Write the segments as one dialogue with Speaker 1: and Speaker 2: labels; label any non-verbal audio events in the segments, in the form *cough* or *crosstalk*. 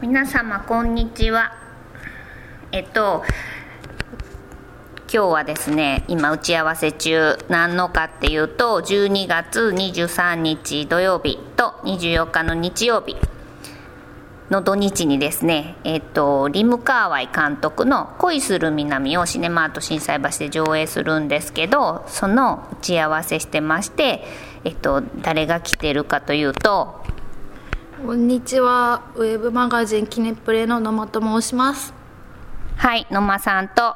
Speaker 1: 皆様こんにちはえっと今日はですね今打ち合わせ中何のかっていうと12月23日土曜日と24日の日曜日の土日にですね、えっと、リム・カーワイ監督の「恋する南」をシネマート心斎橋で上映するんですけどその打ち合わせしてまして、えっと、誰が来てるかというと
Speaker 2: こんにちはウェブマガジンキネプレの野間と申します
Speaker 1: はい野間さんと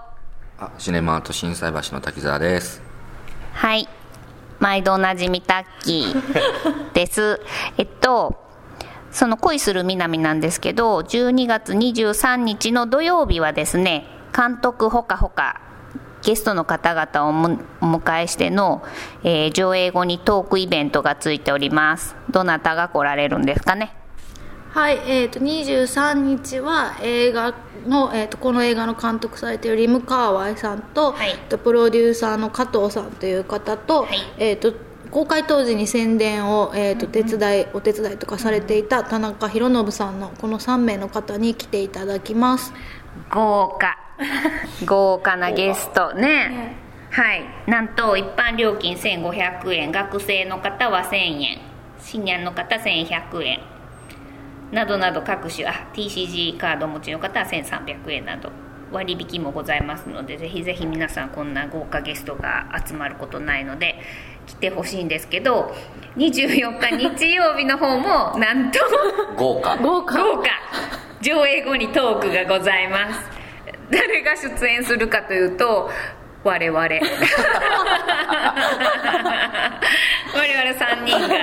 Speaker 3: あシネマート心斎橋の滝沢です
Speaker 1: はい毎度おなじみタッキーですえっとその恋する南なんですけど12月23日の土曜日はですね監督ほかほかゲストの方々をむお迎えしての、えー上映後にトークイベントがついておりますどなたが来られるんですかね
Speaker 2: はいえー、と23日は映画の、えー、とこの映画の監督されているリム・カーワイさんと,、
Speaker 1: はい
Speaker 2: えーとプロデューサーの加藤さんという方と,、
Speaker 1: はい
Speaker 2: えー、と公開当時に宣伝を、えー、と手伝い、お手伝いとかされていた田中宏信さんのこの3名の方に来ていただきます
Speaker 1: 豪華豪華なゲストねはいなんと一般料金1500円学生の方は1000円シニアの方1100円などなど各種あ TCG カードお持ちの方は1300円など割引もございますのでぜひぜひ皆さんこんな豪華ゲストが集まることないので来てほしいんですけど24日日曜日の方もなんと
Speaker 3: 豪華
Speaker 2: 豪華
Speaker 1: 豪華上映後にトークがございます誰が出演するかというと我
Speaker 2: *laughs*
Speaker 1: 々我々3人が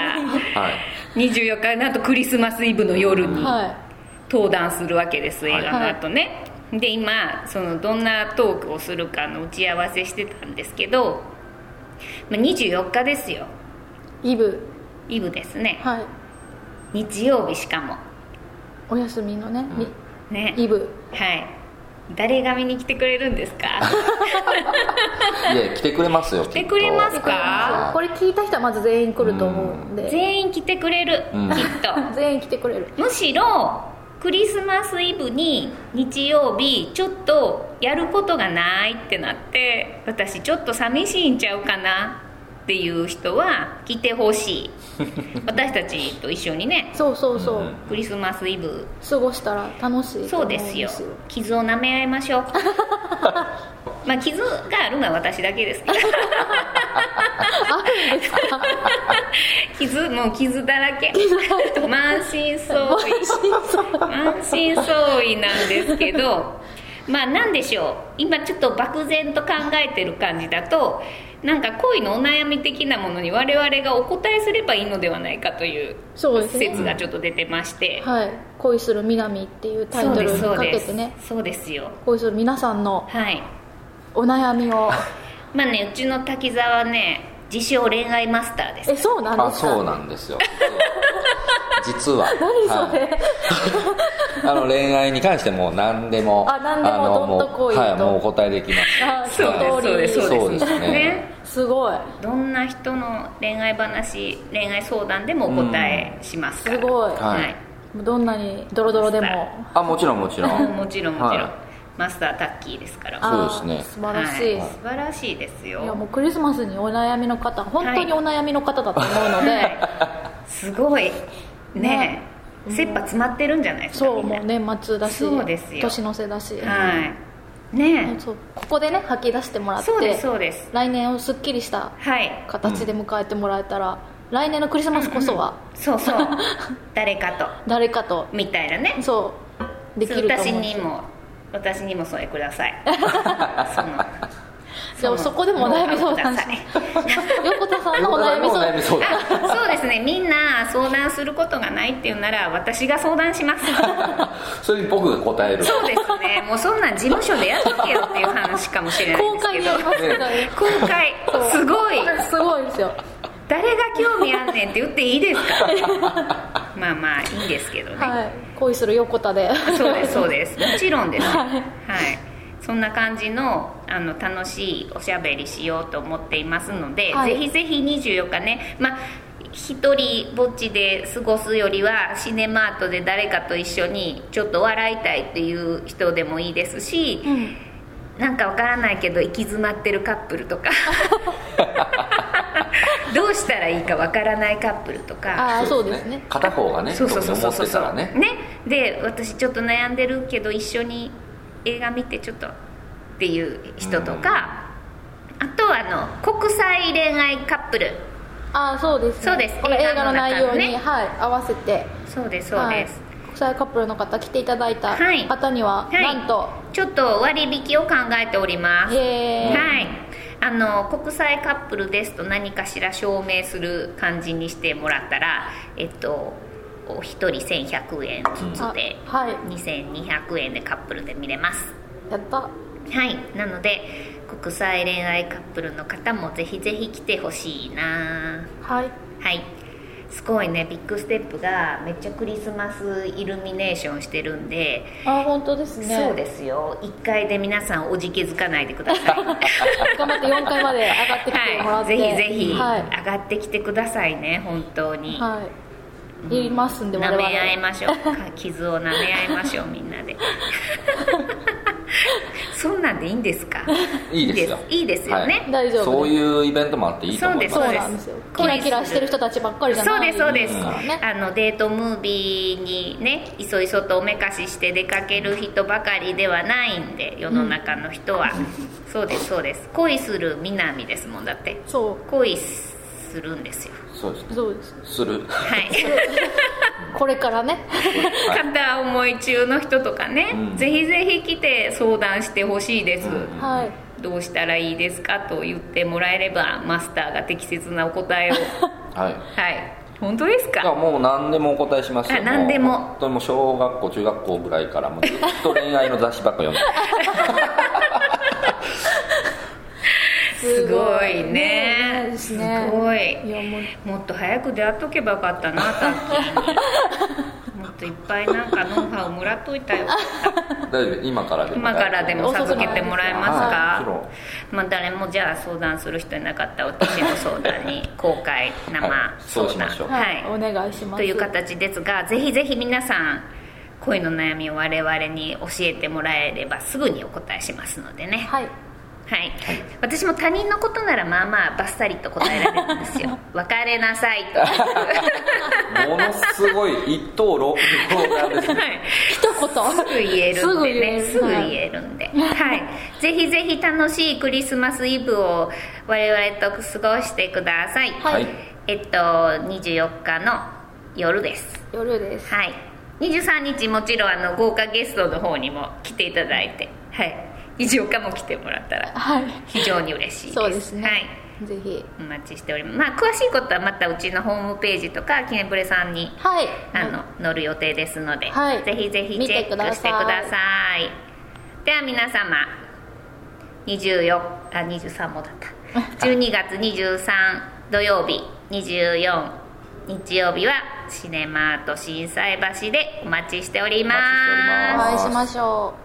Speaker 3: はい
Speaker 1: 24日なんとクリスマスイブの夜に
Speaker 2: はい
Speaker 1: 登壇するわけです映画の後ね、で今そのどんなトークをするかの打ち合わせしてたんですけど、まあ、24日ですよ
Speaker 2: イブ
Speaker 1: イブですね、
Speaker 2: はい
Speaker 1: 日曜日しかも
Speaker 2: お休みのね、に
Speaker 1: ね
Speaker 2: イブ
Speaker 1: はい。誰が見に来てくれるんですか。
Speaker 3: *laughs* いえ来てくれますよ来
Speaker 1: 来てくれますか
Speaker 2: これ聞いた人はまず全員来ると思うんで
Speaker 1: 全員来てくれる、
Speaker 3: うん
Speaker 1: きっ
Speaker 2: 全員来てくれる
Speaker 1: と。むしろ。クリスマスイブに日曜日ちょっとやることがないってなって私ちょっと寂しいんちゃうかなっていう人は来てほ
Speaker 3: *laughs*
Speaker 1: しい私たちと一緒にね
Speaker 2: そうそうそう、
Speaker 3: うん
Speaker 1: クリスマスイブ
Speaker 2: 過ごしたら楽しいと
Speaker 1: そ
Speaker 2: 思
Speaker 1: うんですよ傷を舐め合いましょ
Speaker 2: *laughs*
Speaker 1: うまあ傷があるのは私だけですけど
Speaker 2: あるんですか
Speaker 1: 傷もう傷だらけ
Speaker 2: *laughs*
Speaker 1: 満身創痍満身創痍なんですけどまあ何でしょう今ちょっと漠然と考えてる感じだとなんか恋のお悩み的なものに我々がお答えすればいいのではないかという
Speaker 2: そうですね
Speaker 1: 説がちょっと出てまして、
Speaker 2: はい「恋する南」っていうタイ
Speaker 1: そう
Speaker 2: ト
Speaker 1: で
Speaker 2: ル
Speaker 1: す
Speaker 2: に
Speaker 1: そう
Speaker 2: か
Speaker 1: で
Speaker 2: け
Speaker 1: す
Speaker 2: てね
Speaker 1: そうですよ
Speaker 2: 恋する皆さんの
Speaker 1: はい
Speaker 2: お悩みを
Speaker 1: まあねうちの滝沢ね自称恋愛マスターです
Speaker 2: えそうなん
Speaker 3: あ
Speaker 2: ですか
Speaker 3: そうなんですよ実は
Speaker 2: 何それ、
Speaker 3: はいあの恋愛に関してもう何でも
Speaker 2: あ何でも
Speaker 3: あの
Speaker 2: どんとこい
Speaker 3: もうはい
Speaker 2: と
Speaker 3: もうお答えできます
Speaker 2: あ
Speaker 1: そうですそうです
Speaker 2: 一
Speaker 3: そう
Speaker 2: 通り
Speaker 3: ですそうですね
Speaker 2: すごい
Speaker 1: どんな人の恋愛話恋愛相談でもお答えしますから
Speaker 2: すごい
Speaker 1: は
Speaker 3: はいい、
Speaker 2: どんなにドロドロでも
Speaker 3: あもちろんもちろ
Speaker 1: *laughs*
Speaker 3: ん
Speaker 1: もちろんもちろん、
Speaker 3: は
Speaker 1: マスタータッキーですから
Speaker 3: あ
Speaker 2: あー
Speaker 3: そうですね
Speaker 2: 素晴らしいです、
Speaker 1: は素晴らしいです
Speaker 2: い、や
Speaker 1: よ
Speaker 2: もうクリスマスにお悩みの方本当にお悩みの方だと思うので、
Speaker 1: はいすごいねえ、切羽詰まってるんじゃないですか
Speaker 2: そう
Speaker 1: みんな
Speaker 2: もう年末だし
Speaker 1: そうですよ
Speaker 2: 年の瀬だし、
Speaker 1: はいね
Speaker 2: そうここでね吐き出してもら
Speaker 1: え
Speaker 2: って
Speaker 1: そうですそうです
Speaker 2: 来年をすっきりした
Speaker 1: はい
Speaker 2: 形で迎えてもらえたら、来年のクリスマスこそは
Speaker 1: そうそう
Speaker 2: *laughs*
Speaker 1: 誰かと
Speaker 2: 誰かと、
Speaker 1: みたいなね
Speaker 2: そうできると思
Speaker 1: 私
Speaker 2: う
Speaker 1: にも私にもそれくだ
Speaker 2: *laughs*
Speaker 1: さいその
Speaker 2: でもそこでもお悩み相談し横田さんのお悩み
Speaker 3: お
Speaker 2: 相
Speaker 3: 悩み
Speaker 2: 談
Speaker 3: 相談
Speaker 1: あそうですねみんな相談することがないっていうなら私が相談し
Speaker 2: *laughs*
Speaker 1: ます
Speaker 3: それに僕が答える
Speaker 1: そうですねもうそんなん事務所でやっとけよっていう話かもしれないんで
Speaker 2: 公
Speaker 1: す
Speaker 2: 開
Speaker 1: け
Speaker 2: に
Speaker 1: ど
Speaker 2: やりますけどね
Speaker 1: 公開すごい
Speaker 2: すごいですよ
Speaker 1: 誰が興味あんねんって言っていいですか *laughs* まあまあいいですけどね、
Speaker 2: はい恋する横田で
Speaker 1: そうですそう
Speaker 2: *laughs*
Speaker 1: ですもちろんですはいそんな感じのあの楽しいおしゃべりしようと思っていますので、
Speaker 2: はい
Speaker 1: ぜひぜひ24日ねまあ一人ぼっちで過ごすよりはシネマートで誰かと一緒にちょっと笑いたいっていう人でもいいですし、
Speaker 2: うん
Speaker 1: なんかわからないけど行き詰まってるカップルと
Speaker 2: *laughs*
Speaker 1: か *laughs* どうしたらいいかわからないカップルとか
Speaker 2: ああそうですね
Speaker 3: 片方がね
Speaker 1: そうそうそうそう
Speaker 3: 特に思ってたらね
Speaker 1: で私ちょっと悩んでるけど一緒に映画見てちょっとっていう人とか、あとはあの国際恋愛カップル
Speaker 2: ああそうです、ね、
Speaker 1: そうです
Speaker 2: この映画の内容に、
Speaker 1: 映画の中のね
Speaker 2: はい、合わせて
Speaker 1: そうですそうです、
Speaker 2: はい、国際カップルの方来ていただいた
Speaker 1: はい
Speaker 2: 方には、
Speaker 1: はい
Speaker 2: なんと
Speaker 1: ちょっと割引を考えております
Speaker 2: へー
Speaker 1: はいあの国際カップルですと何かしら証明する感じにしてもらったらえっとお一人1100円ずつで、
Speaker 2: あはい
Speaker 1: 2200円でカップルで見れます
Speaker 2: やった
Speaker 1: はいなので国際恋愛カップルの方もぜひぜひ来てほしいな
Speaker 2: はい
Speaker 1: はいすごいねビッグステップがめっちゃクリスマスイルミネーションしてるんで
Speaker 2: ああ本当ですね
Speaker 1: そうですよ1回で皆さんおじけづかないでください
Speaker 2: *laughs* 頑張って4回まで上がってきてもら
Speaker 1: は
Speaker 2: っ
Speaker 1: い、
Speaker 2: て、
Speaker 1: ぜひぜひ上
Speaker 2: はい、
Speaker 1: がってきてくださいね本当に、
Speaker 2: はい、いますんで我
Speaker 1: 舐
Speaker 2: 々
Speaker 1: め合いましょうか傷を舐め合いましょうみんな
Speaker 2: *laughs*
Speaker 1: でそんなんでいいんですか
Speaker 3: いいですよ
Speaker 1: いいですいいですよね、
Speaker 3: はい
Speaker 2: 大丈夫です
Speaker 3: そういうイベントもあっていいと思います
Speaker 2: そう
Speaker 1: そうです
Speaker 2: なんですよキ
Speaker 1: 恋す
Speaker 2: ラ
Speaker 1: る
Speaker 2: キラしてる人たちばっかりじゃ
Speaker 1: そう
Speaker 2: な
Speaker 1: で
Speaker 2: い
Speaker 1: すそうです、
Speaker 3: うん
Speaker 2: ね
Speaker 1: あのデートムービーにねいそいそとおめかしして出かける人ばかりではないんで世の中の人は、そうですそうです恋する南ですもんだって
Speaker 2: そ
Speaker 1: 恋するんですよ
Speaker 3: そうです
Speaker 2: うそうです
Speaker 3: する
Speaker 1: はい
Speaker 2: これからね
Speaker 1: 片思い中の人とかね、
Speaker 3: うん
Speaker 1: ぜひぜひ来て相談してほしいです、
Speaker 3: うん
Speaker 2: はい
Speaker 1: どうしたらいいですかと言ってもらえればマスターが適切なお答え *laughs* を
Speaker 3: は
Speaker 1: は
Speaker 3: い
Speaker 1: い本当です
Speaker 3: いや
Speaker 1: か
Speaker 3: もう何でもお答えしますよ
Speaker 1: あ何でも
Speaker 3: う本当にもう小学校中学校ぐらいからもうずっと恋愛の雑誌ばっか読んで
Speaker 1: *laughs* すごい
Speaker 2: ねえ
Speaker 1: ね
Speaker 2: ですね
Speaker 1: すごい
Speaker 2: いやもう
Speaker 1: もっと早く出会っとけばよかったなタッキーにもっといっぱいなんかノウハウもらっといたよ
Speaker 3: 大丈夫今からでも
Speaker 1: 今からでも授けてもらえます
Speaker 3: あもちろ
Speaker 1: か
Speaker 3: ん
Speaker 1: まあ誰もじゃあ相談する人いなかった私の相談に公開生相談、
Speaker 3: はいそうしましょう
Speaker 1: はい
Speaker 2: お願いします
Speaker 1: という形ですがぜひぜひ皆さん恋の悩みを我々に教えてもらえればすぐにお答えしますのでねはい、
Speaker 2: はい
Speaker 1: 私も他人のことならまあまあバッサリと答えられるんですよ別れなさいと
Speaker 3: ものすごい一刀両両なんですね
Speaker 2: 一言
Speaker 1: すぐ言えるんでね
Speaker 2: す
Speaker 1: す
Speaker 2: ぐ
Speaker 1: ぐ
Speaker 2: 言える
Speaker 1: 言えるんで、はい、ぜひぜひ楽しいクリスマスイブを我々と過ごしてください、
Speaker 2: はい
Speaker 3: はい
Speaker 1: えっと24日の夜です
Speaker 2: 夜です
Speaker 1: はい23日もちろんあの豪華ゲストの方にも来ていただいてはい24日も来てもらったら
Speaker 2: はい
Speaker 1: 非常に嬉しいです
Speaker 2: そうですね
Speaker 1: はい
Speaker 2: ぜひ
Speaker 1: お待ちしております、まあ、詳しいことはまたうちのホームページとかキネプレさんに
Speaker 2: はい
Speaker 1: あの載る予定ですので、
Speaker 2: はい
Speaker 1: ぜひぜひ
Speaker 2: 見
Speaker 1: チ
Speaker 2: て
Speaker 1: ェッ
Speaker 2: ください
Speaker 1: クしてくださいでは皆様24あ23もだった12月23土曜日24日曜日はシネマート心斎橋でお待ちしております
Speaker 3: お待ちしており
Speaker 2: お会いしま
Speaker 3: ます
Speaker 2: しょう